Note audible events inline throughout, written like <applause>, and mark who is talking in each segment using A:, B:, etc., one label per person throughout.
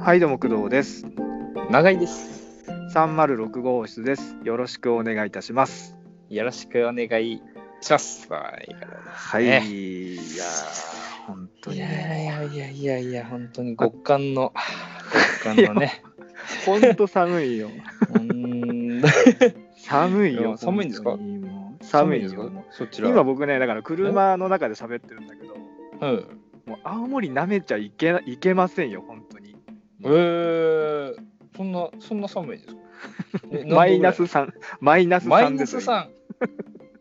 A: はい、どうも工藤です。
B: 長井です。
A: 306号室です。よろしくお願いいたします。
B: よろしくお願いします。はい。
A: はい、
B: ね
A: いやー、本当
B: い
A: に
B: や
A: ね。
B: いやいやいやいや、本当に極寒の、極寒のね。
A: 本当寒いよ。
B: うーん
A: 寒い
B: い
A: よ。
B: や寒いんですか
A: 本当にもう寒いよ。。
B: そちら。
A: 今僕ね、だから車の中で喋ってるんだけど、
B: うん。
A: もう青森舐めちゃいけないけませんよ、本当に。
B: えー、そんな、そんな寒いですかえ
A: マイナス3、マイナス
B: マイ
A: 3
B: ナ
A: で
B: ス
A: すよ。
B: 3。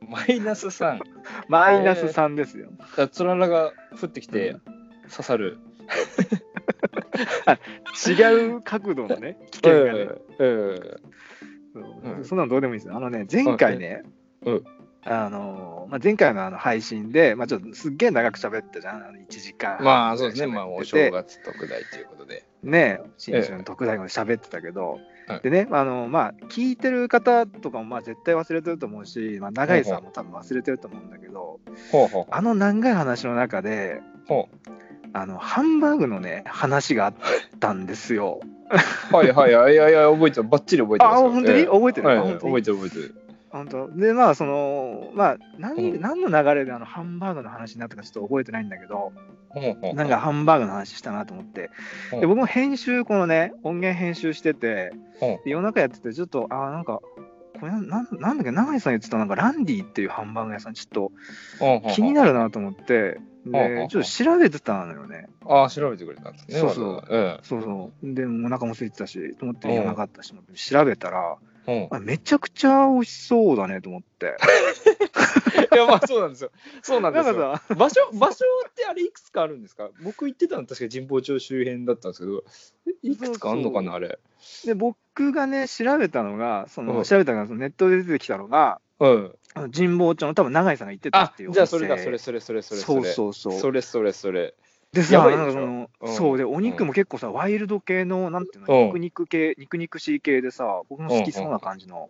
B: マ <laughs> イナス3。
A: マイナス3ですよ。
B: つららが降ってきて刺さる。
A: 違う角度のね、危険がね。
B: うん
A: そう
B: うん
A: そんなのどうでもいいですよ。あのね、前回ね、
B: うん
A: あのーまあ、前回のあの配信で、まあ、ちょっとすっげえ長く喋ったじゃん、あの1時間。
B: まあそうです
A: 喋
B: ね、
A: ってて
B: まあお正月特大ということで。
A: ね、新春の特大号で喋ってたけど、
B: はい
A: でね、あのまあ、聞いてる方とかもまあ絶対忘れてると思うし、まあ、長井さんも多分忘れてると思うんだけど、
B: ほうほう
A: あの長い話の中で、
B: ほ
A: あのハンバーグのね、話があったんですよ。
B: う。はいはいはい、いやいや、覚えてる、ばっちり覚えて
A: あ、
B: ますよ。
A: 本当に
B: ええ
A: 覚えてる、
B: はい
A: あ
B: はい、
A: 本当に
B: 覚えてる覚えてる。
A: 本当でまあそのまあ何,、
B: うん
A: 何の流れであのハンバーグの話になったかちょっと覚えてないんだけど
B: ほうほう。
A: なんかハンバーグの話したなと思って
B: うん
A: で僕も編集このね音源編集してて
B: う
A: で
B: ん
A: 夜中やっててちょっとあーなんかこれなんなんなんだっけ永井さん言ってたなんかランディっていうハンバーグ屋さんちょっと気に
B: る。
A: なるなと思って
B: うんう
A: で
B: ん
A: ちょっと調べてたのよね
B: ああ、調べてくれたんですね。
A: そうそう
B: まだえ
A: そうそうでもうお腹も空いてたしと思って
B: うん
A: 夜中あったしと思って調べたら
B: え。
A: あめちゃくちゃ美味しそうだねと思って <laughs>
B: うん。いや、まあそうなんですよ。そうな
A: なんん
B: で
A: か
B: す
A: さ
B: よ。場所、場所ってあれいくつかあるんですか僕行ってたの確か神保町周辺だったんですけど、いくつかあんのかな、あれ。
A: で僕がね調べたのがその、
B: うん
A: 調べたのがそのネットで出てきたのが
B: うん。
A: あの神保町の多分永井さんが行ってた
B: あ
A: っていう、お
B: じゃあ
A: 店
B: それだ、それそれそれそれ
A: そう
B: れ。
A: そうそう
B: それそれそれ。
A: で
B: や
A: さ
B: ばい
A: な
B: でしょ
A: んかその、
B: うん
A: そうでお肉も結構さ、ワイルド系のなんていうの、
B: う
A: 肉
B: ん
A: 肉系肉肉しい系でさ僕の好きそうな感じの、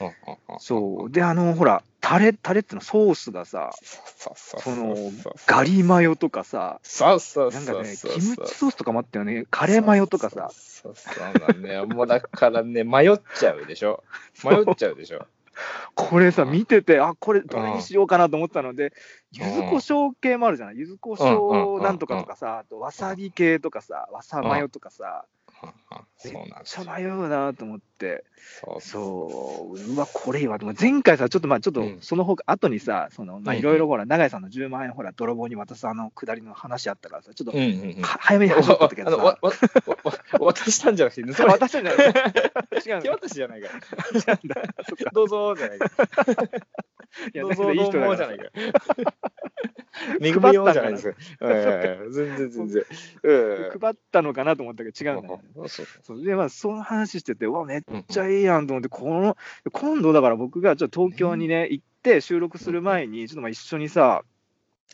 B: うんうんうん
A: そうであのほらタレタレっていうのソースがさ
B: そうそ
A: そ
B: うそう
A: の
B: そう
A: ガリマヨとかさ
B: そうそう
A: なん
B: そ
A: か
B: う
A: ねキ
B: そう
A: ム
B: そう
A: チソースとかもあったよねカレーマヨとかさ
B: そうそうそうそうだねもうだからね迷っちゃうでしょ迷っちゃうでしょ
A: これさ
B: うん
A: 見ててあこれどれにしようかなと思ったので柚子胡椒系もあるじゃない柚子胡椒なんとかとかさあとわさび系とかさわさマヨとかさ
B: そうなんです
A: ちゃ
B: よ
A: 迷うなと思って
B: そう
A: そううわこれいいわでも前回さちょっとまあちょっと
B: うん
A: そのほか後にさそのまあ
B: うん
A: いろいろほら永井さんの10万円ほら泥棒に渡すあの下りの話あったからさちょっと
B: うんうんうん
A: は早めに走ったけ
B: あ
A: ど
B: のわ
A: さ
B: わわ渡したんじゃなくて盗まれた
A: 私
B: <laughs>
A: じゃない違うん
B: 手
A: だ
B: 渡しじゃないからどうぞじゃないから
A: いやだ
B: どう
A: け
B: ぞ
A: どいい
B: ど
A: 人
B: う
A: だ
B: もじ
A: か
B: ゃな
A: ら
B: いから恵みようじゃないですかええ全然全然うん
A: 配ったのかなと思ったけど違うんだよね
B: そう
A: そうでまあその話しててうわめっ
B: うんうん
A: ちゃいいやんと思ってこの今度だから僕がちょっと東京にね行って収録する前にちょっとまあ一緒にさ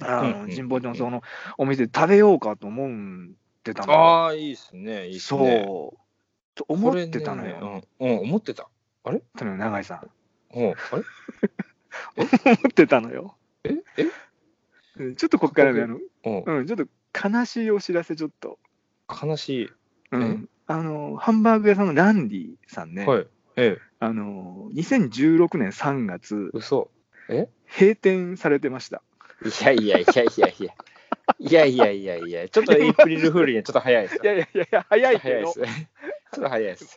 A: あ
B: うんう
A: の
B: ん
A: 神保町のそのお店で食べようかと思ってたのよ
B: ああいいっすねいいっす
A: そう、
B: ね
A: と思ってたのよ、
B: ようんうん思ってた
A: たのよ永井さん
B: うんあれ
A: 思ってたのよ
B: ええ
A: うんちょっとこっからねあの、
B: うん
A: うん、ちょっと悲しいお知らせちょっと、
B: 悲し
A: うん、あのハンバーグ屋さんのランディさん
B: い。
A: ね、
B: はい。ええ、
A: あの2016年3月
B: 嘘。
A: 閉店されてました
B: いやいやいやいやいや。いやいやいやいや、ちょっとエイプリルフールにはちょっと早いですよ。
A: いやいやいやいや、早
B: ちょ
A: い
B: っと
A: け
B: 早いで
A: ど、
B: す。
A: こ
B: ちょっと早いです。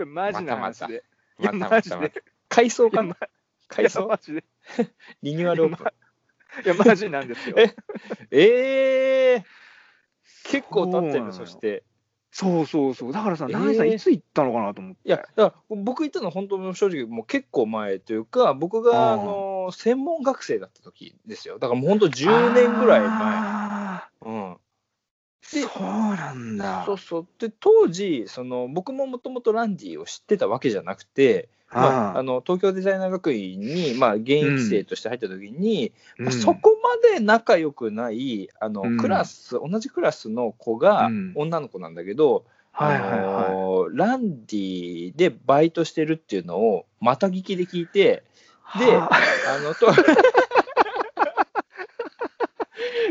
A: れマジな話で。い
B: ま
A: や
B: たまたまた。改装
A: い
B: か
A: や
B: な
A: ま
B: 改装
A: マジで。
B: リニューアルオープン。
A: いや、マジなんですよ。
B: えええ結構経っ
A: そ
B: て
A: うなのよ
B: る、そして。
A: そうそうそう。だからさ、
B: えー
A: ナイさん、いつ行ったのかなと思って。
B: いや、だから僕行ったのは本当正直もう結構前というか、僕があ
A: うん
B: の専門学生だった時ですよ。だからもう本当10年ぐらい
A: あ
B: 前。うん。
A: ーそうなんだ。
B: そうそうで当時その僕ももともとランディを知ってたわけじゃなくて、まあ、あ
A: あ
B: の東京デザイナー学院に、まあ、現役生として入った時に、
A: ー
B: まあそこまで仲良くないあの、
A: うん
B: クラス同じクラスの子が
A: うん
B: 女の子なんだけど、
A: うんはい
B: あ
A: はいはい。
B: のランディでバイトしてるっていうのをまた聞きで聞いて。で
A: はあ
B: あのと <laughs>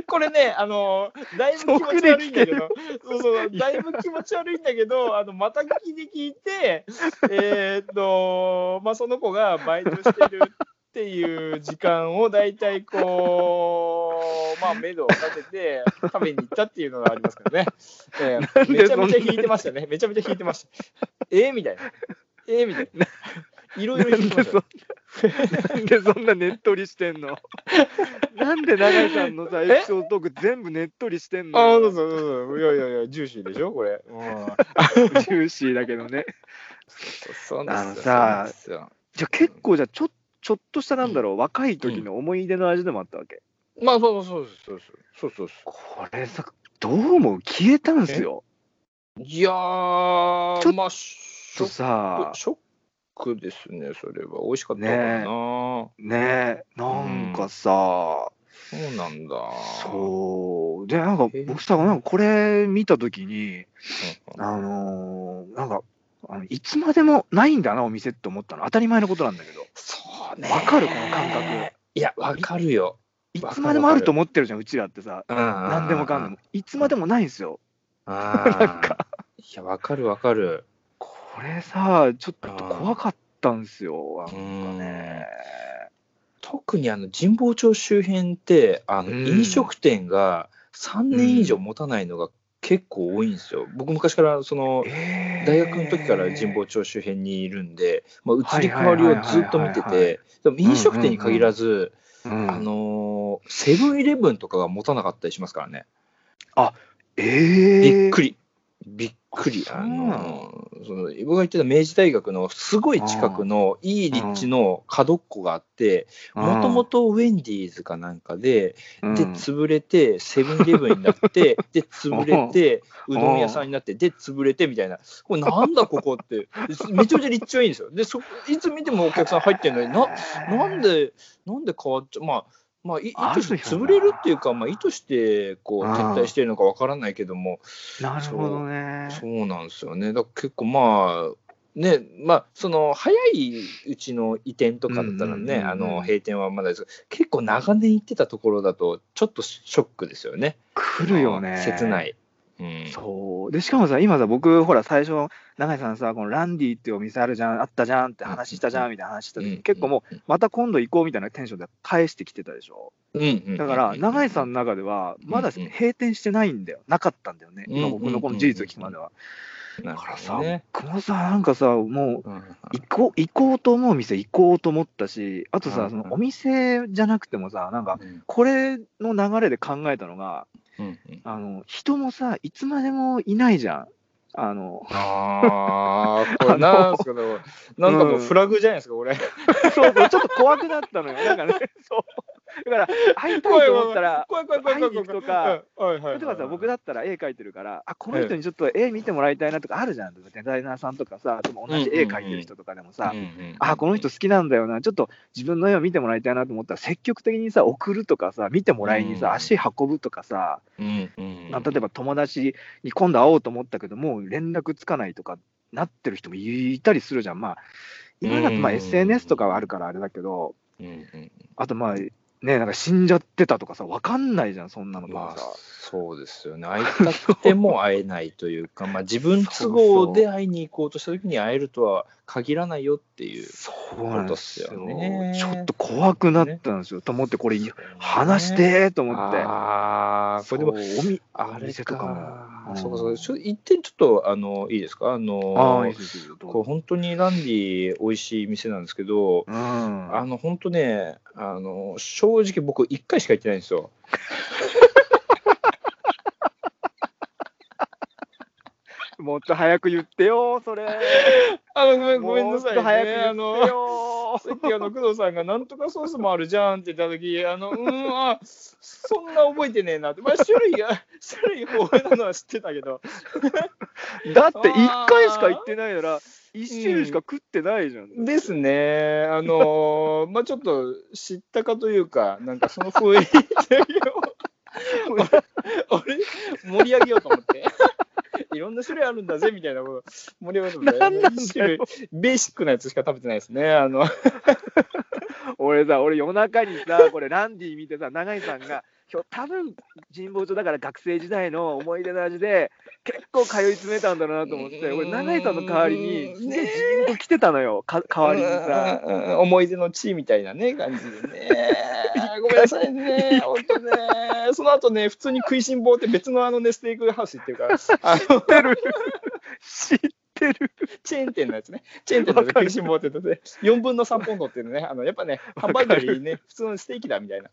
B: ここれね、あのーだいぶ気持ち悪いんだけど、そうそう、だいぶ気持ち悪いんだけど、あの、また聞きで聞いて、えーっと、まあ、その子がバイトしてるっていう時間を大体こう、まあ、目処を立てて食べに行ったっていうのがありますからね。えーめちゃめちゃ引いてましたね。めちゃめちゃ引いてました。えー、みたいな。えー、みたいな。いろいろ
A: な
B: 引
A: ん
B: いてま
A: で
B: し
A: そ
B: た。
A: んなんでそんなねっとりしてん <laughs> のなんで永井さんのさエピソードトーク全部ねっとりしてんの
B: ああ、そう
A: よ
B: そうそうそう。いやいやいや、ジューシーでしょ、これ。うん。
A: ジューシーだけどね
B: <laughs> そうなんですよ。
A: あのさ
B: そうなんですよ
A: じゃあ結構じゃあちょちょっとしたなんだろう、若い時の思い出の味でもあったわけ、
B: まあ、そうそうそうそうそうそうそ
A: これさどう思う消えたんすよ
B: う。いや
A: ちょ
B: ー、
A: っ
B: まあ、シ
A: ちょ
B: ョ
A: っと
B: ッ
A: さ
B: ク、ショックですね、それは。美味しかったからな。
A: ねねえなんかさ、
B: そうなんだ。
A: そうでなんか
B: え
A: 僕さなんかこれ見た時に
B: うん
A: あのーなんかあのいつまでもないんだなお店って思ったの当たり前のことなんだけど
B: そうね。
A: わかるこの感覚。
B: いや、わかるよ。
A: い
B: わかる
A: つまでもあると思ってるじゃんうちらってさ
B: 何
A: 何でもかんでも。いつまでもないんですよ
B: なんか。いや、わかるわかる。
A: これさちょっと怖かったんすよ
B: う
A: なんか
B: ん
A: ね
B: 特にあの神保町周辺ってあの
A: うん
B: 飲食店が3年以上持たないのが結構多いんですよ。僕昔からその
A: えー
B: 大学の時から神保町周辺にいるんで、まあ、移り変わりをずっと見て
A: はいはいはいはいはい
B: てでも飲食店に限らず、
A: うん
B: あのーセブンイレブンとかが持たなかったりしますからね
A: え
B: びっ
A: り
B: くりびっくり
A: あそう
B: あ
A: なの
B: のーその僕が行ってた明治大学のすごい近くのいい立地の角っこがあってもともとウェンディーズかなんかで、で潰れてセブンイレブンになって <laughs> で潰れてうどん屋さんになってで潰れてみたいなこれなんだここってめちゃめちゃ立地はいいんですよでそいつ見てもお客さん入ってるのにななんでなんで変わっちゃうまあまあ、い意図して
A: あるよな
B: 潰れるっていうか、まあ、意図してこう
A: うん
B: 撤退してるのかわからないけども、
A: なるほどね
B: そうなんですよねだから結構まあねまあその早いうちの移転とかだったら
A: うんうんうん
B: ね
A: うん
B: あの閉店はまだですけど結構長年行ってたところだとちょっとショックですよね。
A: 来るよね
B: 切ない。うん
A: そうでしかもさ今さ僕ほら最初の永井さんさこのランディっていうお店あるじゃんあったじゃんって話したじゃんみたいな話した時、
B: うん
A: 結構もうまた今度行こうみたいなテンションで返してきてたでしょ
B: うん
A: だから永井さん
B: の
A: の中ではまだ
B: うんうん
A: 閉店してないんだよなかったんだよね
B: うん
A: 今僕のこの事実を聞くまではだからさ
B: ね、
A: 久保さんなんかさもう
B: う
A: 行
B: ん
A: こう行こうと思う店行こうと思ったしあと
B: うんう
A: さ
B: ん
A: そのお店じゃなくてもさなんか
B: うん
A: これの流れで考えたのが
B: うん
A: <laughs>
B: うん
A: あの人もさいつまでもいないじゃんあの
B: <laughs> ああ、これなんですけど、なんかもうフラグじゃないですか、
A: <laughs>
B: これ。
A: そうそう、ちょっと怖くなったのよ。なんかね、 <laughs> そう。だから、会いたいと思ったら、
B: 怖い怖い怖い怖い怖
A: 会いに行
B: い。
A: くとか
B: うん、はいはい
A: 例
B: はい
A: えばさ、僕だったら絵描いてるから、あ、この人にちょっと絵見てもらいたいなとかあるじゃん。デザイナーさんとかさ、でも同じ絵描いてる人とかでもさ
B: うん、うん
A: あ、この人好きなんだよな、ちょっと自分の絵を見てもらいたいなと思ったら、積極的にさ、送るとかさ、見てもらいに
B: うん
A: さ、足運ぶとかさ、
B: うんうん
A: まあ例えば友達に今度会おうと思ったけど、もう連絡つかないとかなってる人もいたりするじゃん。まあ、今だとまあ
B: うん
A: SNS とかはあるからあれだけど、
B: うんうん
A: あとまあねなんか死んじゃってたとかさわかんないじゃんそんなのと
B: ま
A: か
B: あ
A: さ、、
B: そうです <laughs> よね。会いたくても会えないというか、まあ、自分都合で会いに行こうとした時に会えるとは限らないよっていう。
A: そう
B: うなんですよね
A: ちょっと怖くなったんですよ、と思ってこれ話してーと思って、
B: ああ、これでも、
A: そうおみ
B: あ
A: お
B: れ
A: 店とか
B: か
A: もうん
B: そうかそうか。ちょ一点ちょっと、あの、いいですかあ
A: あ
B: の
A: あいいですよどう
B: こう本当にランディ美味しい店なんですけど、
A: うん
B: あの、本当ね、あの、正直僕1回しか行ってないんですよ。
A: もっと早く言ってよそ <laughs> れ
B: あの、ごめん、
A: も
B: ご
A: う
B: めんなさい、
A: も
B: ね。
A: っと早く
B: あ
A: 言
B: の
A: ってよ
B: さっきあの工藤さんが「なんとかソースもあるじゃん」って言った時あの <laughs> うーんあそんな覚えてねえなって、まあ、種類が <laughs> 種類豊富なのは知ってたけ
A: だ
B: ど
A: って1回しか行ってないなら1種類しか食ってないじゃん、
B: ですねあ
A: <laughs>
B: のーまあちょっと知ったかというかなんかその雰囲気を <laughs> あれ盛り上げようと思って。 <laughs> いろんな種類あるんだぜみたいなこと盛り上げようと思って
A: なんなんだよ
B: 一種類ベーシックなやつしか食べてないですねあの <laughs>
A: 俺さ俺夜中にさこれランディ見てさ永井さんが「ひひょ多分神保町だから学生時代の思い出の味で結構通い詰めたんだなと思って俺永井さんの代わりにすげえジーンと来てたのよか代わりにさ
B: うん思い出の地みたいなね感じでねごめんなさいね本当ねその後ね普通に食いしん坊って別のあのねステークハウス行ってるからあ
A: 知
B: の
A: ってる知ってる
B: チェーン店のやつねチェーン店のやつ
A: わかる
B: 食いしん坊ってやつで4分の3ポンドっていうのねあのやっぱねハンバーガーよりね普通のステーキだみたいな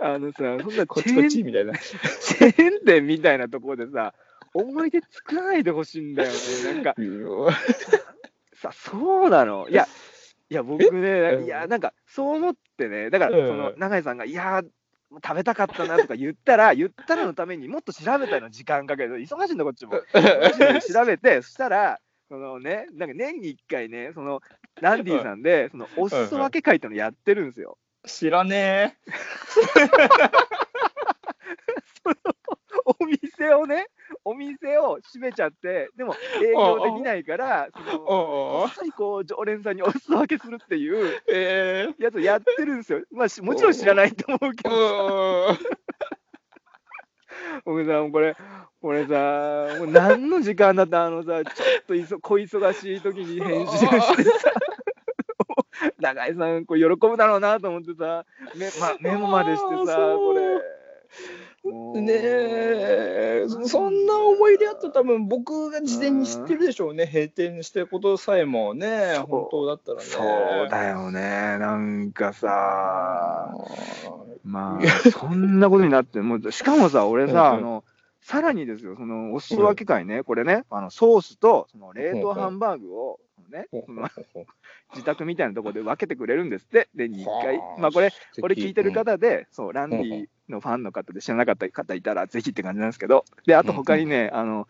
A: あのさそんな
B: <laughs> こっ
A: チ
B: ち
A: ェ
B: こ
A: ー
B: っ
A: ン
B: ちみたいな
A: チェーン店みたいなところでさ思い出作らないでほしいんだよねなんかさそうなのいやいや僕
B: うん
A: ねいやなんかそう思ってねだから
B: うん
A: その永井さんが「いやー食べたかったな」とか言ったら言ったらのためにもっと調べたの時間かける忙しいんだこっちも忙しいの調べ
B: <laughs>
A: てそしたらそのねなんか年に1回ねそのランディさんでそのお裾分け会ってのやってるんですよ
B: 知らね
A: お店をねお店を閉めちゃってでも営業できないからそ
B: え
A: の
B: おう
A: こ
B: おう
A: っそりこう常連さんにお裾分けするっていう
B: え
A: やつをやってるんですよ。まあ、
B: <laughs>
A: しもちろん知らないと思うけ
B: ー、
A: ど、
B: おうおう
A: 僕さ、もうこれ、これさ、もう何の時間だったあのさ、ちょっといそ小忙しい時に編
B: <laughs>
A: 集してさ、永井さん、これ喜ぶだろうなと思ってさ、メ,、ま、メモまでしてさ、
B: あー
A: これ。
B: ねえそそんな思い出あったら多分僕が事前に知ってるでしょうね閉店してることさえもね
A: そう
B: 本当だったらね
A: そうだよね、なんかさ。
B: あ
A: まあ、そんなことになって、もうしかもさ、俺さ、
B: うんうん
A: あのさらにですよ、そのお裾分け会ね、これね、あのソースとその冷凍ハンバーグを、ね、その自宅みたいなところで分けてくれるんですって、で、2回、まあ、これ、 <laughs> これ聞いてる方で、そう、ランディのファンの方で知らなかった方いたら、ぜひって感じなんですけど、で、あと他にね、あの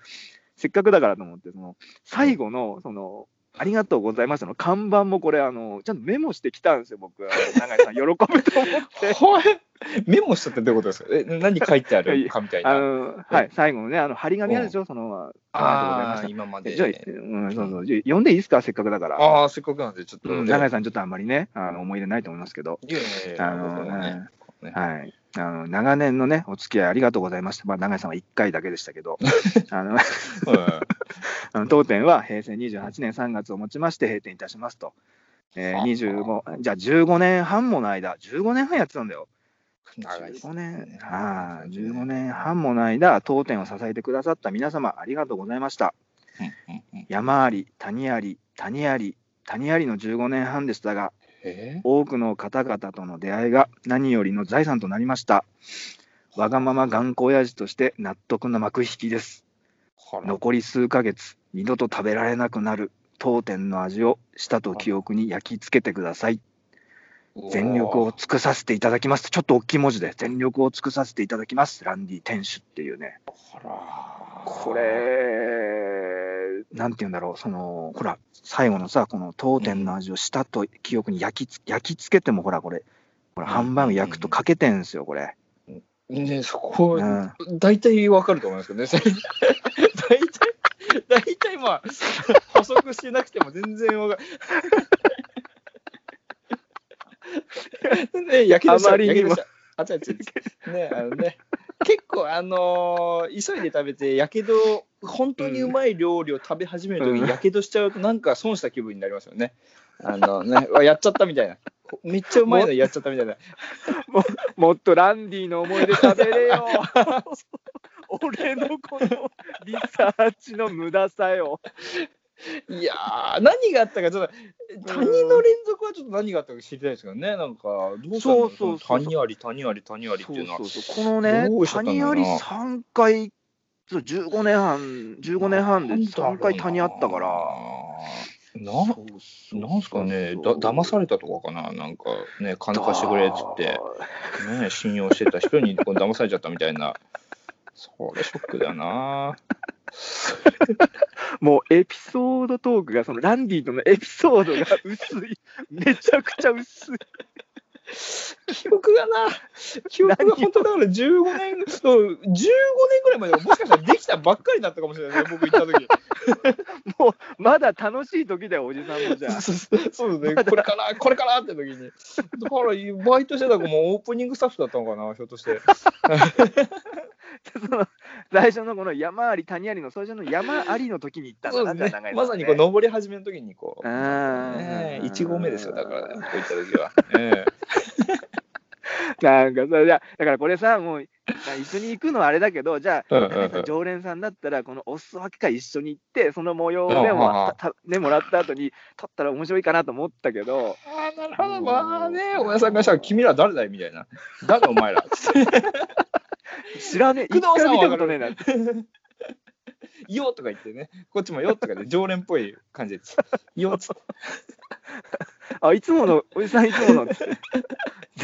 A: せっかくだからと思って、その最後の、その、ありがとうございましたの看板もこれあの、ちゃんとメモしてきたんですよ、僕、永井さん、喜ぶと思って。
B: はいメモしたってどういうことですかえ何書いてあるかみたいな
A: あの、はい、最後のね、あの、張り紙あるでしょ、その、あ
B: あー
A: りがとうございました
B: 今まで
A: じゃあ、うん、そうそう、じゃあ読んでいいですか、せっかくだから。
B: ああせっかくなんでちょっと、
A: うん、永井さん、ちょっとあんまりね、あの思い出ないと思いますけど、
B: いやいやいや
A: あの、
B: そうね
A: うんはい。あの長年のね、お付き合いありがとうございました。まあ、永井さんは1回だけでしたけ
B: <laughs>
A: ど、あの
B: うん
A: あの当店は平成28年3月をもちまして閉店いたしますと。えー、
B: あ
A: 25じゃあ15年半もの間、15年半やってたんだよ。
B: 長いです
A: 15
B: ね
A: 年ああ15年半もの間、当店を支えてくださった皆様、ありがとうございました。
B: うんうんうん
A: 山あり、谷あり、谷あり、谷ありの15年半でしたが、
B: え
A: 多くの方々との出会いが何よりの財産となりました。わがまま頑固親父として納得の幕引きです。
B: ーあら
A: 残り数ヶ月、二度と食べられなくなる当店の味を舌と記憶に焼き付けてください。全力を尽くさせていただきます。ちょっと大きい文字で、全力を尽くさせていただきます。ランディ店主っていうね。
B: あら
A: これ、なんて言うんだろう、その、ほら、最後のさ、この当店の味を舌と記憶に焼きつ焼き付けても、ほら、これ、ほら、
B: うん
A: ハンバーグ焼くとかけてんすよ、これ。
B: ねそこ
A: う
B: は
A: ん。
B: 大体わかると思いますけ <laughs> どね、それ大体大体まあ補足してなくても全然 <laughs> わかるねやけどした
A: あまりにも
B: やけどしたあ違う違う違うねあのね結構あのー急いで食べてやけど本当にうまい料理を食べ始めるとき
A: うん
B: にやけどしちゃうとなんか損した気分になりますよねあのねうわやっちゃったみたいなめっちゃうまいのやっちゃったみたいな
A: もっとランディの思い出食べれよ。 <laughs> 俺のこのリサーチの無駄さよ。
B: いやー、何があったか、ちょっと、谷の連続はちょっと何があったか知りたいですけどね、なんか、どうしたんだ
A: そ
B: ろ
A: うそうそう
B: 谷あり、谷あり、谷ありって
A: そ
B: いううのは
A: そ。うそう。このね
B: どう、しちゃったん
A: 谷
B: だ
A: あ
B: ろうな
A: り3回、そう15年半、15年半で3回谷あったから。
B: な
A: そ
B: ん
A: うそう
B: なんすかね、だ
A: そう
B: 騙されたとかかな、なんかね、金貸してくれっつって、ね、信用してた人にこう騙されちゃったみたいな、それショックだな。
A: もうエピソード
B: <laughs>
A: トークが、そのランディとのエピソードが薄い、めちゃくちゃ薄い。
B: 記憶がな、記憶が本当だから15年、そう15年ぐらい前でももしかしたらできたばっかりだったかもしれないね、僕行った時。
A: もうまだ楽しい時だよおじさんも
B: <laughs>
A: じゃあ
B: そうそうそうですね、これから、これからって時に。だから、バイトしてた子もオープニングスタッフだったのかな、ひょっとして。
A: その最初のこの山あり谷ありの最初の山ありの時に行ったん
B: そ
A: だな
B: うです
A: じゃあ
B: ね
A: 長、いの
B: ま
A: は
B: さにこう登り始めの時にこう、
A: あ
B: ね
A: ー
B: え、1合目ですよ、だから、こういった時は。ええ
A: なんかそれじゃだからこれさもうまあ一緒に行くのはあれだけどじゃあ
B: うんうん
A: なん
B: う
A: か
B: ん
A: 常連さんだったらこのお裾分け会一緒に行ってその模様で
B: うんうんう
A: も
B: ん
A: たたねもらった後に撮ったら面白いかなと思ったけど
B: ああ、なるほど。まあね、おやさんがしたら、君ら誰だいみたいな。誰お前ら。つって
A: 知らねえ
B: 工
A: 一
B: 藤さ
A: 回見
B: んは
A: たこ
B: 分
A: と
B: かる
A: ねえな
B: よとか言ってね、こっちもよとかで常連っぽい感じです。よっつって
A: あいつものおじさんいつものっつっ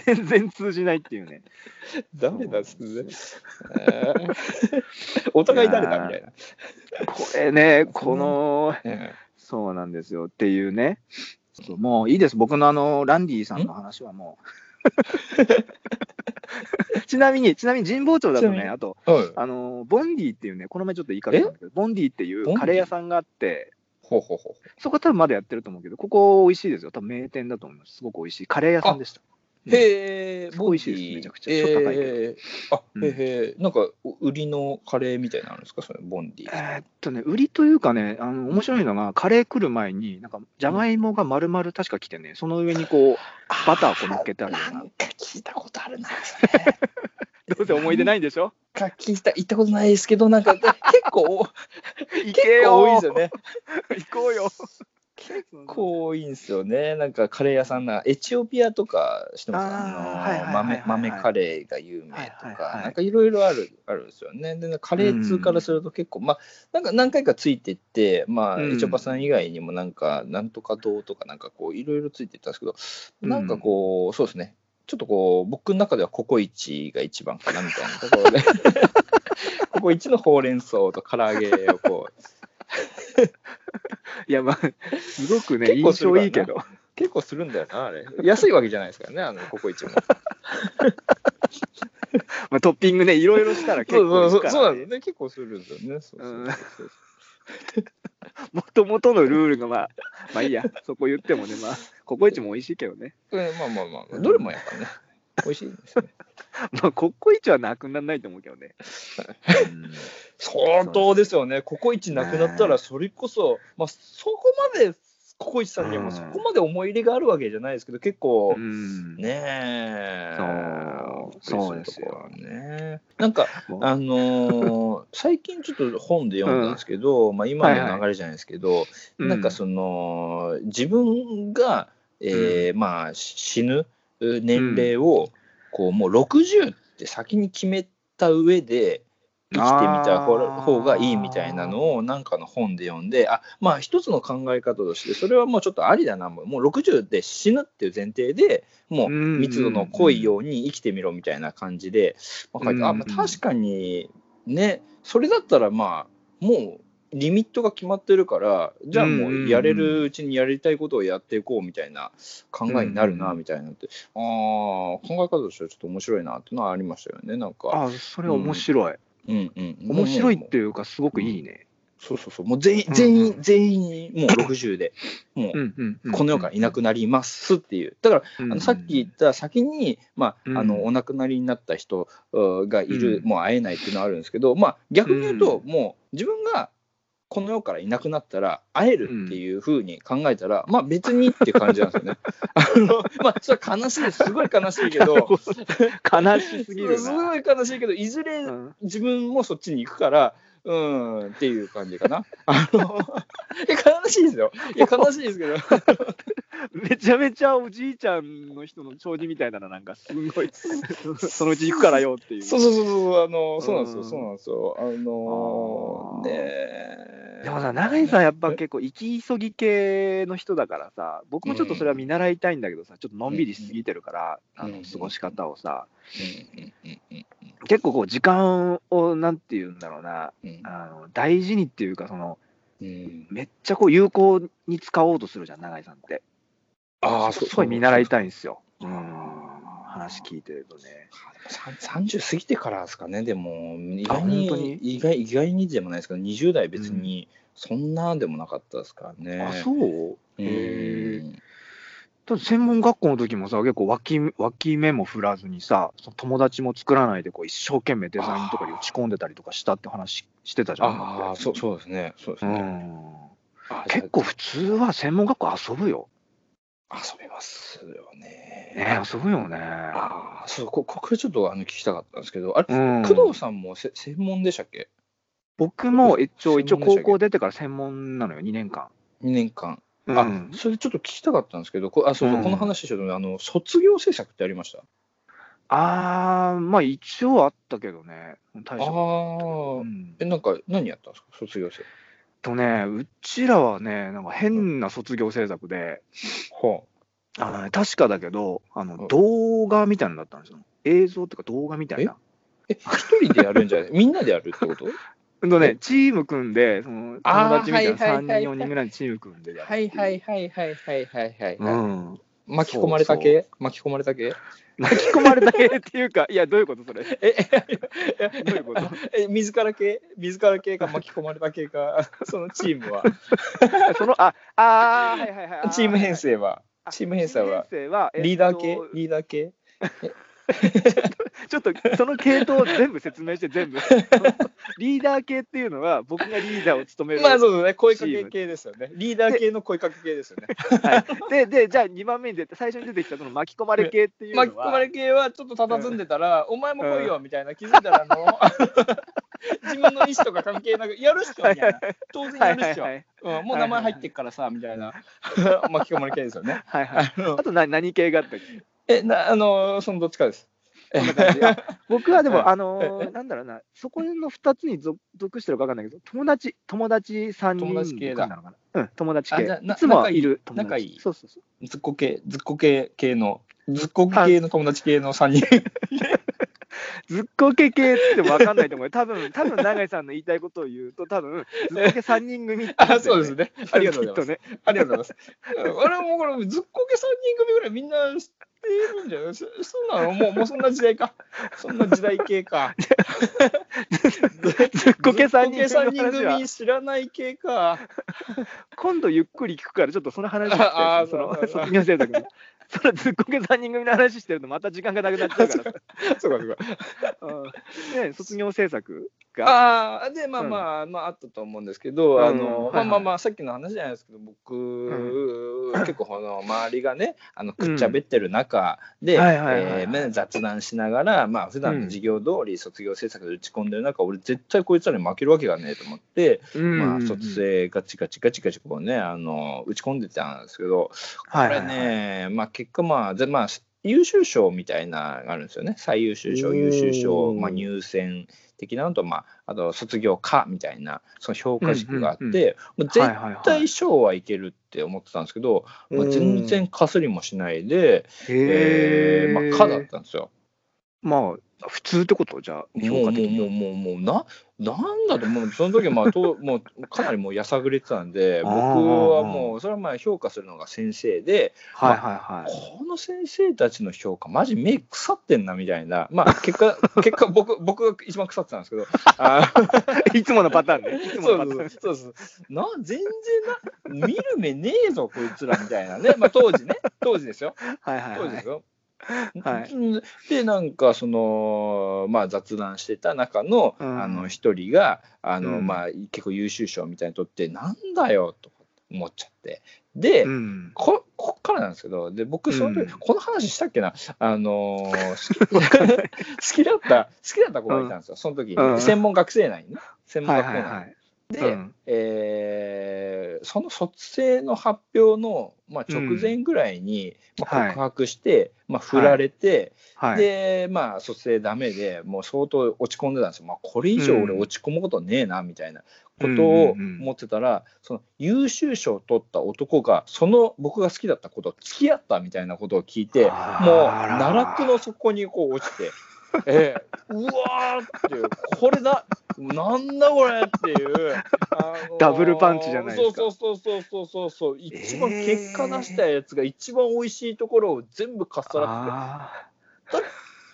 A: て全然通じないっていうね
B: ダメだっすね。えーお互い誰だみたいな。
A: これねこの
B: え
A: そうなんですよっていうねそうもういいです僕のあのランディさんの話はもう
B: <laughs>
A: ちなみにちなみに神保町だと
B: ちなみ
A: ね
B: に
A: あと
B: えうん。
A: あのボンディっていうね、この前ちょっと言いかけたんだけど、ボンディってい
B: ボン
A: う
B: ディ
A: カレー屋さんがあって、
B: ほうほうほ
A: そこ多分まだやってると思うけど、ここ美味しいですよ。多分名店だと思います。すごく美味しい。カレー屋さんでした。
B: う。へえ、
A: すごい美味しいですめちゃくちゃ
B: えー
A: ちょっと高いけ
B: あ、
A: うん
B: へえ、なんかお売りのカレーみたいなのあるんですか、それボンディ。
A: えーっとね、売りというかね、あの面白いのが、カレー来る前に、なんか、じゃがいもが丸々確か来てね、その上にこう、バターをこう乗っけてあるよう
B: な
A: な。
B: んか聞いたことある <laughs> な。それ
A: どうせ思い出ないんでしょ
B: か聞いた行ったことないですけどなんか結 <laughs> 構
A: 行
B: 結
A: けよ
B: 構多いですよね。
A: 行こうよ。結
B: 結構多いんですよね。なんかカレー屋さんなエチオピアとか知ってます
A: あー
B: あの、
A: はいはいはいはい
B: 豆豆カレーが有名とか、
A: はいはいはい
B: なんかいろいろあるあるんですよね。でなんかカレー通からすると結構、まあなんか何回かついてってまあ、
A: うん
B: エチオピアさん以外にもなんかなんとか堂とかなんかこういろいろついてったんですけど、
A: うん
B: なんかこうそうですね。ちょっとこう僕の中ではココイチが一番かなみたいなところで
A: <laughs>
B: ココイチのほうれん草と唐揚げをこう
A: いや、まあ、すごくね、
B: 結構
A: 印
B: す
A: 象
B: るからない
A: いけど。
B: 結構するんだよなあれ安いわけじゃないですからねあのココイチも
A: まあ、トッピングね、いろいろしたら結構い
B: そ
A: くか
B: うそうそう
A: ら
B: そう
A: ね
B: なんですね結構するんですよねそうそうそう
A: もともとのルールがまあ、まあいいや、そこ言ってもね、まあ、ココイチも美味しいけどね。
B: そうえまあまあまあどれもやっぱ
A: <laughs>
B: ね美味しいんですよね
A: まあ、ココイチはなくならないと思うけど
B: <laughs>
A: ね。
B: 相当ですよねココイチなくなったらそれこそまあそこまでココイチさんにはもうそこまで思い入れがあるわけじゃないですけど結構
A: うん
B: ねえ
A: そうそうですよ
B: ねなんか
A: もう
B: あのー最近ちょっと本で読んだんですけど、まあ、今の流れじゃないですけど、
A: うん
B: なんかその自分が、えーまあ、し死ぬう年齢を、こうもう60って先に決めた上で生きてみた
A: あ
B: 方
A: ー
B: 方がいいみたいなのをなんかの本で読んであまあ一つの考え方としてそれはもうちょっとありだなもうもう60で死ぬっていう前提でもう
A: うん
B: 密度の濃いように生きてみろみたいな感じで、まあ書いてあまあ
A: うん
B: 確かにねそれだったらまあもうリミットが決まってるからじゃあもうやれるうちにやりたいことをやっていこうみたいな考えになるなみたいなって、ああ考え方としてはちょっと面白いなっていうのはありましたよねなんか、
A: あそれ面白い、
B: うんうん、
A: 面白いっ
B: もう
A: ていうか、すごくいいね。
B: そうそうそうもう全員全員、全員もう60でも
A: んうん
B: うこの世からいな
A: く、
B: くなりますっていうだから
A: あ
B: あのさっき言 <laughs> った先に、ま
A: うん
B: あ、あのお亡くなりになった人うがいる、
A: うん
B: もう会えないっていうのはあるんですけど、まあ、逆に言うと、
A: う
B: もう自分がこの世からいなくなったら会えるっていうふうに考えたら、まあ別にっていう感じな
A: <laughs>
B: んですよね。あのまあそれは悲しいですすごい悲しいけど
A: 悲しすぎる
B: す
A: な。
B: ごい悲しいけどいずれ
A: うん
B: 自分もそっちに行くから。うんっていう感じかな。あ
A: <laughs>
B: のいや悲しいですよ。いや悲しいですけど。
A: めちゃめちゃおじいちゃんの人の弔辞みたいなのなんかす
B: <laughs>
A: ごいそのうち行くからよっていう。
B: そうそうそうそう、あの、そうなんです
A: う
B: よ、
A: ん
B: そうなんですよ、あ
A: あ
B: の
A: ー
B: ねえ
A: でもさ、永井さん、やっぱ結構、行き急ぎ系の人だからさ、僕もちょっとそれは見習いたいんだけどさ、ちょっとのんびりしすぎてるから、
B: うん
A: あ
B: う
A: の
B: ん
A: 過ごし方をさ、
B: うんうんうん
A: 結構こう、時間を、なんていうんだろうな、
B: うんうん
A: あの大事にっていうか、その、
B: うん
A: めっちゃこう、有効に使おうとするじゃん、永井さんって。
B: ああ、
A: すごい見習い
B: い。
A: たいんですよ。うん話聞いてるとね。
C: 30過ぎてからですかね、でも、意外
A: あ本当に
C: に、意外意外にでもないですけど、20代別にそんなでもなかったですからね。
A: あ、そう
C: う
A: へえ。
C: ん
A: だって専門学校の時もさ、結構脇脇目も振らずにさ、その友達も作らないでこう一生懸命デザインとかに打ち込んでたりとかしたって話してたじゃん。
C: ああ、そうそうですね、そうです
A: う
C: ね。
A: ん。
C: あ
A: 結構普通は専門学校遊ぶよ。
C: 遊びますよね。
A: ね、遊ぶよね。
C: ああ、そう、ここれちょっとあの聞きたかったんですけど、あれ、
A: うん、
C: 工藤さんもせ専門でしたっけ
A: 僕も一
C: 専
A: 応、
C: 門でし
A: 一
C: た
A: 応
C: っけ
A: 高校出てから専門なのよ、2年間。
C: ?2 年間。
A: う
C: あ
A: ん、
C: それちょっと聞きたかったんですけど、こあそうそう、
A: うん
C: この話でしょ、あの卒業制作ってありました
A: あー、まあ一応あったけどね、大
C: ああ
A: 将。う
C: ー、
A: ん
C: え、なんか何やったんですか、卒業制
A: とね、うちらはね、なんか変な卒業制作で、
C: 作。は
A: あのね確かだけど、あ
C: う
A: の
C: ん
A: 動画みたいなのだったんですよ。映像っていうか動画みたいな。
C: え、一人でやるんじゃないみんなでやるって <laughs> こと
A: うんとね、チーム組んで、その友
C: あー
A: 達みたいな
C: はいはいは
A: 3
C: い
A: 人、
C: はい
A: 4人ぐらいのチーム組んでやるってう。
C: はいはいはいはいはいうい。 <laughs>
A: ん。
C: 巻き込まれた系巻き込まれた <laughs> 系
A: <laughs> 巻き込まれた系っていうか、いや、どういうことそれ。
B: え
A: どういうこと
C: <laughs>
B: え自ら系自ら系か巻き込まれた系
C: <laughs>
B: かそのチームは
A: その、あ、あー、はいはいはい。
B: チーム編成は
A: あ
B: チーム編成は
A: チーム編成は、えっと
B: リーダー系リーダー系
A: ちょっとその系統を全部説明して、全
B: <laughs>
A: 部。リーダー系っていうのは、僕がリーダーを務める。
B: まあそうですね声か
A: チ
B: け
A: ーム
B: 系ですよねリーダー系の声かけ系ですよね
A: はい、で、で、じゃあ2番目に出て、最初に出てきたその巻き込まれ系っていうのは。
B: 巻き込まれ系はちょっと佇んでたら「お前も来いよ」みたいな気づいたらあの <laughs> 自分の意思とか関係なく「やるっしょ」みたいな当然
A: は
B: や
A: い
B: る
A: は
B: っ
A: い
B: しょ
A: はい。
B: うんもう名前入ってっからさみたいな <laughs> 巻き込まれ系ですよね
A: はいはい。
B: あの
A: あと何何系があったっけ
B: えなあのそのどっちかです
A: こんな感じあ僕はで
B: え
A: も、あのーなんだろうな、そこの2つに属属してるか分かんないけど、友達、友達3人
B: 友達系だ
A: なのかな。うん、友達系。
B: あじゃあない
A: つもはいる友達。
B: 仲いい仲いい
A: そうそうそう。
B: ずっこ系ずっこ系系のずっこ系の友達系の3人
A: ずっこけ系って言っても分かんないと思うよ。多分多分永井さんの言いたいことを言うと、多分ずっこけ3人組って言んだよね、
B: <laughs> あそうですねありがとうござい
A: きっ
B: ます
A: とね。
B: ありがとうございますうん俺もこれずっこけ3人組ぐらいみんな知ってるんじゃないそそうなのもうもうそんな時代かそんな時代系か
A: <laughs> ずっこけ3人
B: ずっこ
A: 組
B: け
A: の
B: 三
A: 話は
B: 組知らない系
A: <laughs>
B: か
A: 今度ゆっくり聞くから、ちょっとその話して、
B: ああ
A: その
B: そうそうそう
A: 卒業制作の。 <laughs> そのずっこけ3人組の話してると、また時間がなくなっちゃうからさ。
B: <laughs> そうかそうか
A: うんね、卒業制作が。
B: ああでまあまあ、まああったと思うんですけど、あ
A: うん
B: の
A: はいは
B: まあ
A: い
B: まあまあさっきの話じゃないですけど僕、結構この周りがねあのくっちゃべってる中で、
A: はいはいはい
B: えーね雑談しながらまあ普段の授業通り卒業制作で打ち込んでる中、俺絶対こいつらに負けるわけがねえと思って、まあ卒生ガチガチガチガチこうねあの打ち込んでたんですけど
A: はいはい
B: これ
A: はい
B: ね、まあ結果まあぜまあ優秀賞みたいなのがあるんですよね最優秀賞優秀賞、
A: うん
B: まあ、入選的なのと、まあ、あと卒業かみたいなその評価軸があって、
A: うんうん
B: もう絶
A: はいはいはい
B: 対賞はいけるって思ってたんですけど、まあ、全然かすりもしないで、えーまあ、かだったんですよ。
A: まあ、普通ってことじゃあ、
B: も
A: 評
B: う
A: 価
B: も
A: 的
B: う
A: に
B: もう
A: は。
B: もうもうななんだともうその時はまあともうかなりもうやさぐれてたんで僕はもうそれはまあ評価するのが先生で、
A: はいはいはい。
B: この先生たちの評価、マジ目腐ってんなみたいな、まあ、結
A: <laughs>
B: 果、結果僕、僕が一番腐ってたんですけど、あー
A: い <laughs> つものパターンね。いつも
B: そ
A: のパターン。
B: うそうそうそうな、全然な、見る目ねえぞ、こいつらみたいなね、まあ、当時ね、当時ですよ、
A: はいはい
B: 当時
A: は
B: です
A: い。
B: よ。
A: はい
B: で、なんか、その、まあ、雑談してた中の、
A: うん
B: あの、一人が、あの、
A: うん
B: まあ、結構優秀賞みたいにとって、なんだよ、と思っちゃって。で、
A: うん、
B: ここっからなんですけど、で僕その時、
A: うん
B: この話したっけな、あの
A: <laughs>
B: ー好き <laughs> 好きだった、好きだった子がいたんですよ、その時に、
A: うん
B: 専門学生内にね、専門
A: はい
B: 学
A: はい
B: 生内に。
A: はい。
B: で、
A: うん
B: えーその卒生の発表の、まあ、直前ぐらいに、まあ
A: はい
B: 告白して、まあ、振られて、
A: はい、
B: で、まあ、卒生ダメで、もう相当落ち込んでたんですよ、まあ、これ以上俺
A: うん
B: 落ち込むことねえな、みたいな。こ
A: うん
B: とを
A: うんうん
B: 思ってたら、その優秀賞を取った男がその僕が好きだったこと付き合ったみたいなことを聞いてもう
A: あら
B: 奈落の底にこう落ちて、ええうわーっていうこれだなんだこれっていう、あのー
A: ダブルパンチじゃないですか
B: そうそうそうそうそうそう一番結果出したやつが一番美味しいところを全部かっさらって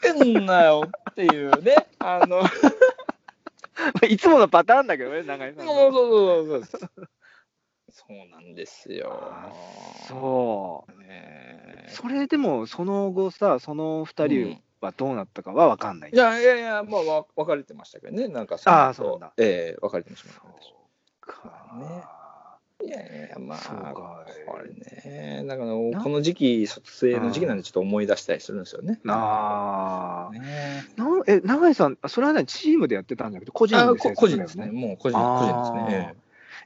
A: あ
D: ってんなよっていう
A: <laughs>
D: ね。あの、
A: いつものパターンだけどね、長井さん
D: そう
A: の。
D: そうそうそう。
B: そうなんですよ。
A: あそう。
B: ねえ
A: それでも、その後さ、その二
B: う
A: 人
B: ん
A: はどうなったかは分かんない。
D: いやいやいや、まあ、わ別れてましたけどね、なんか
A: あー
D: の後
A: そうなんだ
B: ええ別れてまし
A: そ
B: まった。
A: うか。
B: ねいやいやいや、ま
A: そう
B: あ、
A: かい
B: これね、だから
A: な
B: この時期、撮影の時期なんで、ちょっと思い出したりするんですよね。
A: ああ。
B: ね
A: なえ、長井さん、それはね、チームでやってたんだけど、個人
B: あ
A: で
B: こ
A: 制作
B: 個人
A: だよ
B: ですね。。もう個人個
A: あー
B: 人ですね。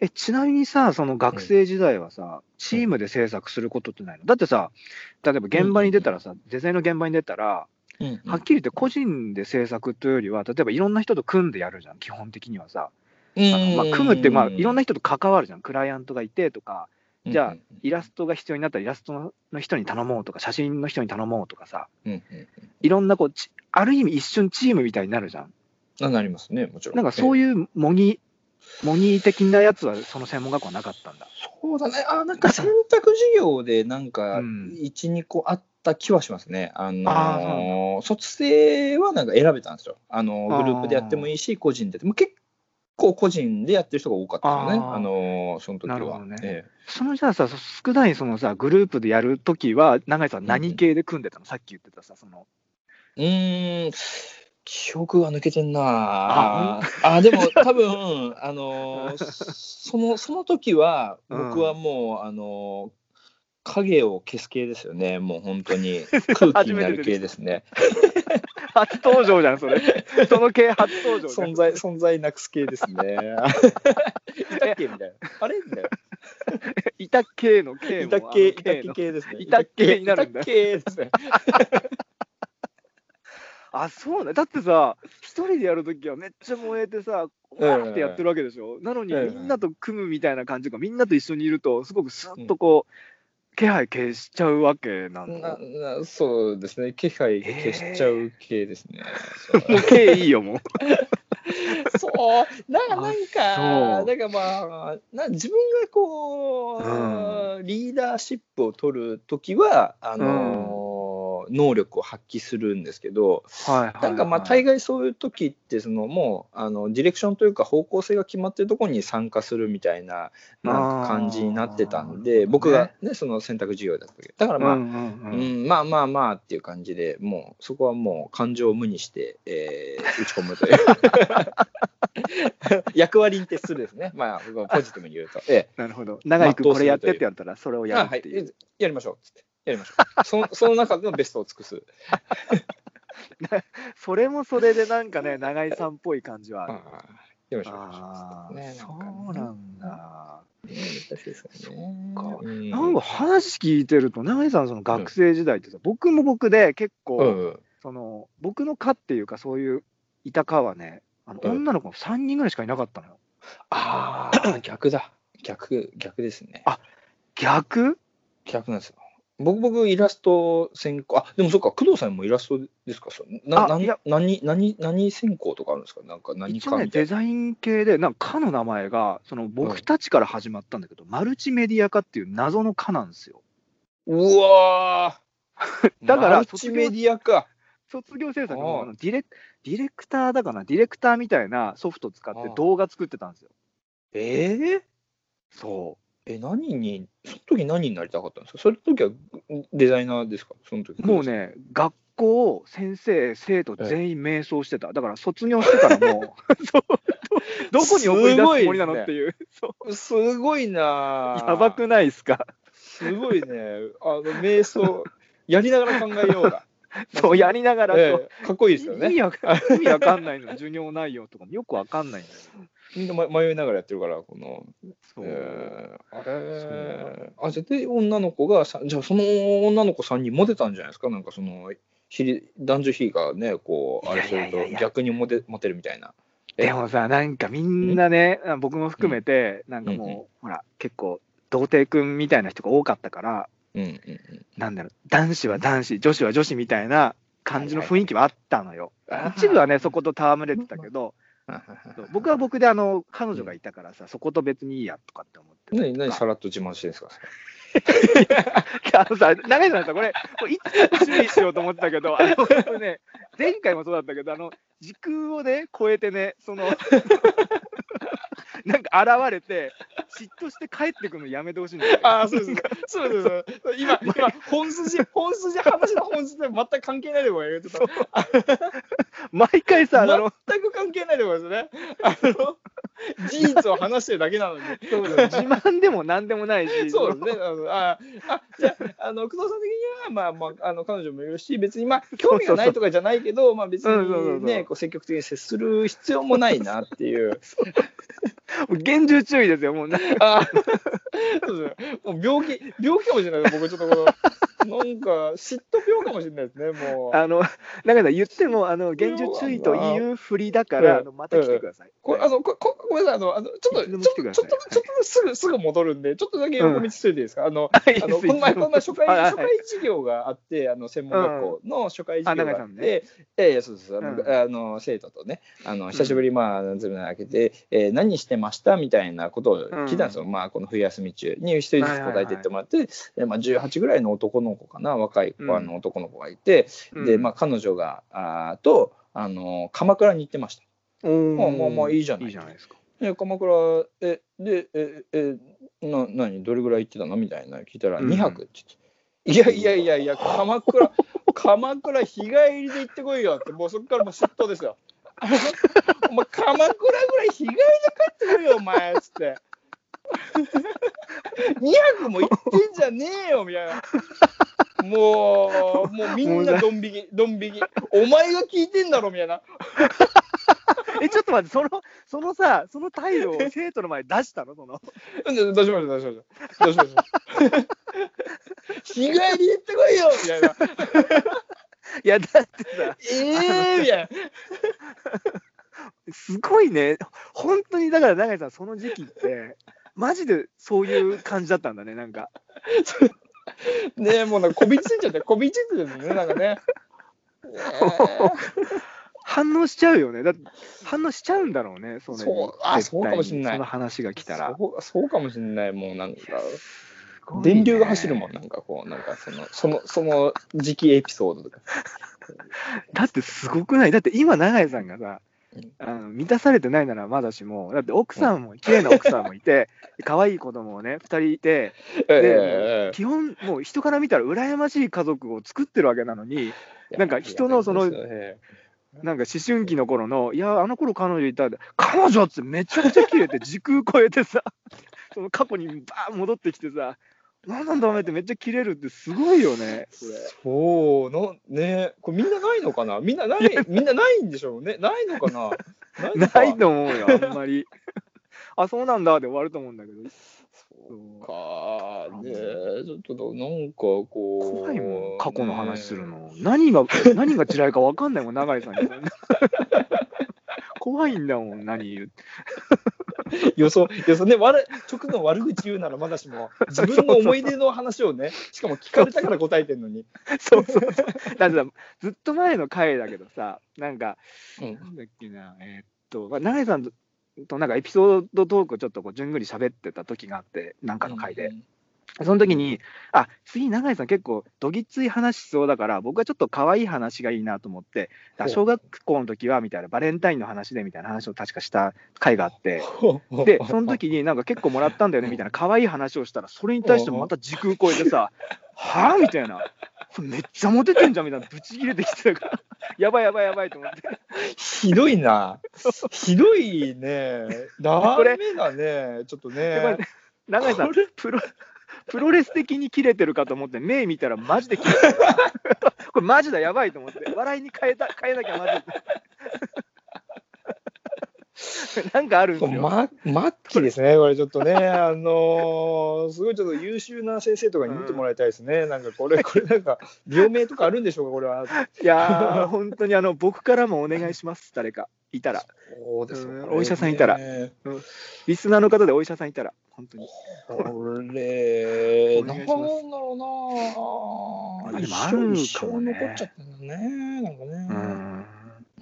A: え、ちなみにさ、その学生時代はさ、チームで制作することってないのだってさ、例えば現場に出たらさ、デザインの現場に出たら、
B: ええうんうん
A: はっきり言って個人で制作というよりは、例えばいろんな人と組んでやるじゃん、基本的にはさ。あのまあ、組むって、まあ、いろんな人と関わるじゃん、クライアントがいてとか、じゃあ、イラストが必要になったらイラストの人に頼もうとか、写真の人に頼もうとかさ、
B: うんうんうん
A: いろんなこう、ちある意味一瞬チームみたいになるじゃん。
B: あなりますね、もちろん。
A: なんかそう
B: いう、
A: いう模擬、模擬的なやつはその専門学校はなかったんだ。
B: そうだね、あなんか選択授業で、なんか、
A: うん
B: 1、2個あった気はしますね。あのー
A: あ
B: 卒生はなんか選べたんですよ。あのーグループでやってもいいし、個人でやっても、結構個人でやってる人が多かったですよね、
A: あー
B: あのーその時は。
A: なるほどね
B: え
A: そのじゃあさ、そ少ないそのさ、グループでやるときは、永井さん何系で組んでたの、さっき言ってたさ、その。 <laughs>
B: えうーん記憶が抜けてんな
A: あ
B: ああでも多分あのー
A: <laughs>
B: そのその時は
A: うん
B: 僕はもう、あのー影を消す系ですよねもう本
A: <laughs>
B: 当に空気になる系ですね
A: 初登場じゃん、そ
B: <laughs>
A: れ。その系初登場じゃん。
B: 存在存在なくす系です
A: <laughs>
B: ねいたっけみたいなあれみたい
A: いた系の
B: な
A: 系
B: い
A: も
B: たっけいた
A: あの
B: っけ
A: 系の
B: 系ですね
A: いたっけになるんだ
B: いたっけですね
A: あ、そうね。だってさ、一人でやるときはめっちゃ燃えてさ、わーってやってるわけでしょ。なのに、
B: うん
A: みんなと組むみたいな感じが、みんなと一緒にいると、すごくスッとこう、気配消しちゃうわけなんだ
B: な。なそうですね気配消しちゃう系です
A: <laughs>
B: ね、
A: もう系いいよ、もう。
B: <laughs>
D: そう、なんか、
A: あ
D: なん
A: そ
D: か、
A: う
D: なんかまあ、な自分がこう、
B: リーダーシップを取るときはあのー能力を発揮するんですけど
A: はいはいはい
B: <laughs> なんかまあ大概そういう時ってそのもうあのディレクションというか方向性が決まってるところに参加するみたいななんか感じになってたん
A: あーなるほどね
B: で僕がねその選択授業だった時だからまあ、
A: う
B: うん
A: んうんうん
B: まあまあまあっていう感じでもうそこはもう感情を無にして、え
A: <laughs>
B: ー打ち込むという役割に徹するですねまあ僕はポジティブに言うと。ええ
A: なるほど。長井君、
B: 全う
A: こ
B: す
A: れ
B: るという
A: やってってやったら、それをや
B: あ
A: る
B: は
A: っ
B: い
A: ていう。、
B: やりましょうっつってやりましょ
A: <laughs>
B: うそのその中でのベストを尽くす
A: それもそれで、なんかね、長井さんっぽい感じはあ
B: あ
A: る。
B: あやりましょうやり
A: ああ、
B: ね
A: そ
B: なんかね
A: うなんだ。
B: ましょう難しいですよね
A: そっか
B: うん
A: なんか話聞いてると、長井さん、その学生時代ってさ、僕も僕で結構、
B: うん
A: その僕の科っていうか、そういういた科はね、あの
B: うん
A: 女の子3人ぐらいしかいなかったのよ。
B: あ <laughs> あ逆だ逆逆ですね
A: あ逆
B: 逆なんですよ僕僕イラスト専攻あでもそっか工藤さんもイラストですかそうな
A: あい
B: 何
A: や
B: 何何何専攻とかあるんですかなんか何
A: 一
B: か
A: 応ね、
B: みたい
A: デ
B: な
A: ザイン系で、なんか科の名前が、その
B: うん
A: 僕たちから始まったんだけど、マルチメディア科っていう謎の科なんですよ。
B: うわー
A: だから
B: マルチメディアか
A: 卒業制作
B: ああ
A: のあのディレクディレクターだかな、ディレクターみたいなソフト使って
B: ああ
A: 動画作ってたんですよ。
B: ええ
A: そ
B: え、何に、その時何になりたかったんですかそれ時はぐデザイナーですかその時
A: う。もう。ね、学校、先生、生徒全員迷走してた。だから卒業してからもう、そうどどこに送り出すつもりなのっていう、
B: すごいなぁ
A: やばくないですか。
B: すごいね。あの、瞑想、やりながら考えようだ。
A: そう <laughs> やりながら
B: え
A: と、
B: えかっこいいですよ
A: 意
B: ね。
A: 味わか意味わかんないの、授業内容とかもよくわかんないんだよ。
B: みんなま迷いながらやってるから、この。
A: そう
B: ええあ
A: そう
B: れあ、絶対女の子がさ、じゃあその女の子さんにモテたんじゃないですかなんかその、比率男女比がね、こう、あれす
A: いや
B: る
A: いやいやい
B: と
A: や
B: 逆にモテモテるみたいな。ええ
A: でもさ、なんかみんなね、あ僕も含めて、なんかもう、
B: うんうん
A: ほら、結構、童貞くんみたいな人が多かったから、
B: うんうんうん。
A: なんだろう、男子は男子、女子は女子みたいな感じの雰囲気はあったのよ。
B: はいはいはい
A: 一部はね、そこと戯れてたけど、そう僕は僕で、あの、彼女がいたからさ、そこと別にいいやとかって思ってたり
B: <laughs> 何、
A: とか
B: 何、さらっと自慢してるんですか
A: <laughs> あのさ、長井さんさ、これ、これいつ注意しようと思ってたけど、あ
B: <laughs>
A: の、これね、前回もそうだったけど、あの、時空をね、超えてね、その、 <laughs> なんか現れて、嫉妬して帰ってくるのやめてほしいんだよね。
B: ああ、そうです。そうですそうです。今、今、本筋、本筋、話の本筋と全く関係ないでも言ってた。
A: 毎回さ、あの、
B: 全く関係ないでもですね。あの、事実を話してるだけなのに。
A: そうだよ自慢でも何でもないし、
B: <laughs> そうですね。あのああじゃあ、あの、工藤さん的には、まあ、まあ、あの、彼女もいるし、別に、まあ、興味がないとかじゃないけど、まあ、別
A: うんそうそう
B: に
A: そう
B: ね、こう積極的に接する必要もないなっていう。
A: もう厳重注意ですよ、もうな、
B: あーそうですねもう病気、病気かもしれないです、僕ちょっとこの、なんか、嫉妬病かもしれないですね、もう。
A: あの、長井さん、言っても、あの、厳重注意というふりだから、あのまた来てください。
B: こあのここごめんなさい、あの、あのちょっ
A: いつで
B: と、
A: も
B: ち
A: 来
B: ょ
A: てく
B: っと、
A: だ
B: ち
A: さ
B: ょ
A: い
B: っと、ちょっとすぐ、すぐ戻るんで、ちょっとだけ横道しといていいですか。あの、
A: <laughs> はい、
B: あのこの前、この前初回、
A: はいはい
B: 初回授業があって、あの専門学校の初回授業があ
A: あ長井
B: っ
A: さん
B: て、ええそうです、あの、
A: うん
B: あの生徒とね、あの久しぶりまあずぶ開けて、えー何してましたみたいなことを聞いたんですよ。まあこの冬休み中に一人ずつ答えていってもらって、でまあ十八ぐらいの男の子かな、若い子あの男の子がいて、でまあ
A: あ、
B: 彼女があーとあの鎌倉に行ってました。
A: も
B: まあまあいいじゃない
A: いいじゃないですか。
B: え鎌倉えでええな何どれぐらい行ってたのみたいなの聞いたら
A: うん
B: 2泊って言って、いやいやいやいや鎌
A: <laughs>
B: 倉鎌倉日帰りで行ってこいよってもうそこからもう嫉妬ですよお前鎌倉ぐらい日帰りで帰ってこいよお前っつって2泊も行ってんじゃねえよみたいな。もうもうみんなドン引きドン引きお前が聞いてんだろみたいな
A: え、ちょっと待って、その、そのさ、その態
B: <laughs>
A: 度を生徒の前に出したのその。
B: うん出しました、出しました。出しました。日帰り行ってこいよみたいな。
A: いや、だってさ、
B: ええー、みたい
A: すごいね。本当に、だから、永井さん、その時期って、マジでそういう感じだったんだね、なんか。
B: な。ねえ、もうなんかこびりついちゃって、こびりついちゃってね、なんかね。ねえ
A: 反応しちゃうよね。だって、反応しちゃうんだろうね、それに
B: そうあ
A: 絶対に
B: そうかもしんない
A: その話が来たら。
B: そうそうかもしれない、もうなんか、
A: すごいね
B: 電流が走るもん、なんかこう、なんかその、その、その時期エピソードとか。
A: だってすごくないだって今永井さんがさ
B: うん
A: あの満たされてないならまだしもだって奥さんも綺麗な奥さんもいて可愛い子供もね2人いて
B: ええ
A: 基本もう人から見たら羨ましい家族を作ってるわけなのに
B: いや
A: なんか人のその
B: いやいやえ
A: なんか思春期の頃の「いやあの頃彼女いたんだ彼女!」ってめちゃくちゃ綺麗で時空超えてさ <laughs> その過去にバーン戻ってきてさ「なんなんだお前」ってめっちゃ切れるってすごいよねそれ
B: えそうのねえこれみんなないのかなみんなないみんなないんでしょうねないのかなないのか
A: ないと思うよあんまりあそうなんだで終わると思うんだけど
B: そうかねえちょっとどなんかこう
A: 怖いもん過去の話するの、何が <laughs> 何が嫌いか分かんないもん永井さんに怖いんだもん何言う
B: よそよそね悪直の悪口言うならまだ
A: <laughs>
B: しも自分の思い出の話をねしかも聞かれたから答えてんのに、
A: そうそうそうだってさずっと前の回だけどさなんか
B: うん
A: なんだっけなえーっとまあ永井さんととなんかエピソードトークをちょっとこうじゅんぐり喋ってた時があってなんかの回で、その時に、あ次、永井さん、結構どぎつい話しそうだから、僕はちょっと可愛い話がいいなと思って、あ
B: ほう
A: 小学校の時はみたいな、バレンタインの話でみたいな話を確かした回があって、
B: <laughs>
A: で、その時になんか結構もらったんだよねみたいな、可愛い話をしたら、それに対してもまた時空超えて
B: <laughs>
A: さ、はぁみたいな、めっちゃモテてんじゃんみたいな、ぶち切れてきてたから、 <laughs> やばいやばいやばいと思って、
B: ひどいなひどいねダ
A: これ
B: メだねちょっと
A: やばい
B: ね
A: ね永井さん
B: これ、
A: プロ、プロレス的に切れてるかと思って、目見たらマジで切れてる。 <laughs> これマジだ、やばいと思って、笑いに変えた、変えなきゃマジで。 <laughs> なんかあるんですよ。
B: ま、末期ですね、これちょ
A: <laughs>
B: っとね、あのーすごいちょっと優秀な先生とかに見てもらいたいですね、なんか
A: <laughs>
B: これ、これなんか、病名とかあるんでしょうか、これは。
A: いやー、本当にあの、僕からもお願いします、誰か。いたら。
B: そうですよ
A: うん
B: これ
A: お医者さんいたら
B: ね
A: リスナーの方でお医者さんいたら、本当に。
B: これ、
A: お
B: な
A: 願いしま
B: ん
A: す
B: だろうな
A: あでも
B: 一
A: あるかもね
B: 生一生残っちゃったんだね、なんか
A: う
B: ね。
A: ん。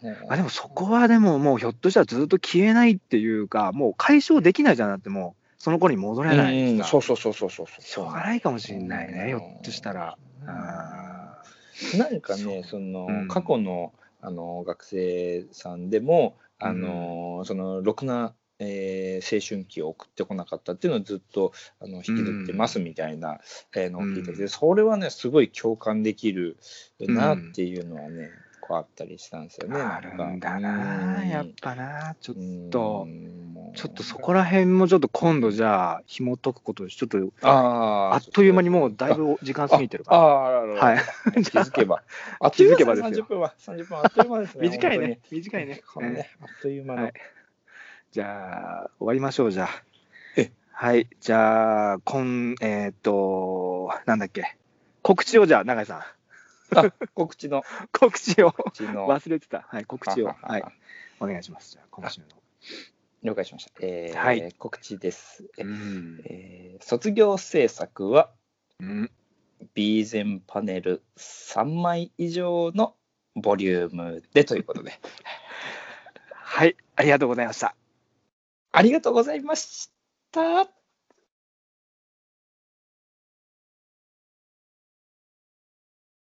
B: ね
A: あ、でもそこはでももうひょっとしたらずっと消えないっていうか、もう解消できないじゃなくて、もうその子に戻れない
B: うん
A: で
B: うん
A: すか
B: そうそうそうそうそうそう。
A: しょうがないかもしれないね、
B: うん
A: ひょっとしたら。
B: あーなんかねその、
A: うん
B: 過去のあの学生さんでもあの、そのろくな、えー青春期を送ってこなかったっていうのをずっとあの引きずってますみたいな、えーのを聞いてて、
A: うん
B: それはねすごい共感できるなっていうのはね、こうあったりしたんですよね。
A: あるんだな、やっぱな、ちょっと。とちょっとそこ
B: ら
A: ら辺もちょっと今度じゃあ紐解くことにちょっと
B: あ
A: あっという間にもうだいぶ時間過ぎてる
B: あ
A: か
B: あらら
A: ら。
B: ら
A: はい。
B: 気づけば。あっ
A: 気づけばです
B: 30
A: よ
B: 分は、30分はあっという間ですね。
A: <laughs> 短いね。短いね
B: 本。当に。このね、あっという間の。
A: はいじゃあ、終わりましょう、じゃあ
B: え。
A: はい、じゃあ、こん、えーっと、なんだっけ。告知をじゃあ、永井さん。 <laughs>
B: 告知の、
A: 告知を。
B: 告知の。
A: 忘れてた。はい、告
B: <laughs>
A: 知を。はい、お願いします。じゃあ、今週の。
B: 了解しました。えー
A: はい
B: 告知です。え
A: ん。
B: えー卒業制作は、
A: うん。
B: ビーゼンパネル3枚以上のボリュームでというこ
A: <laughs>
B: とで、
A: はい、ありがとうございました。
B: ありがとうございました。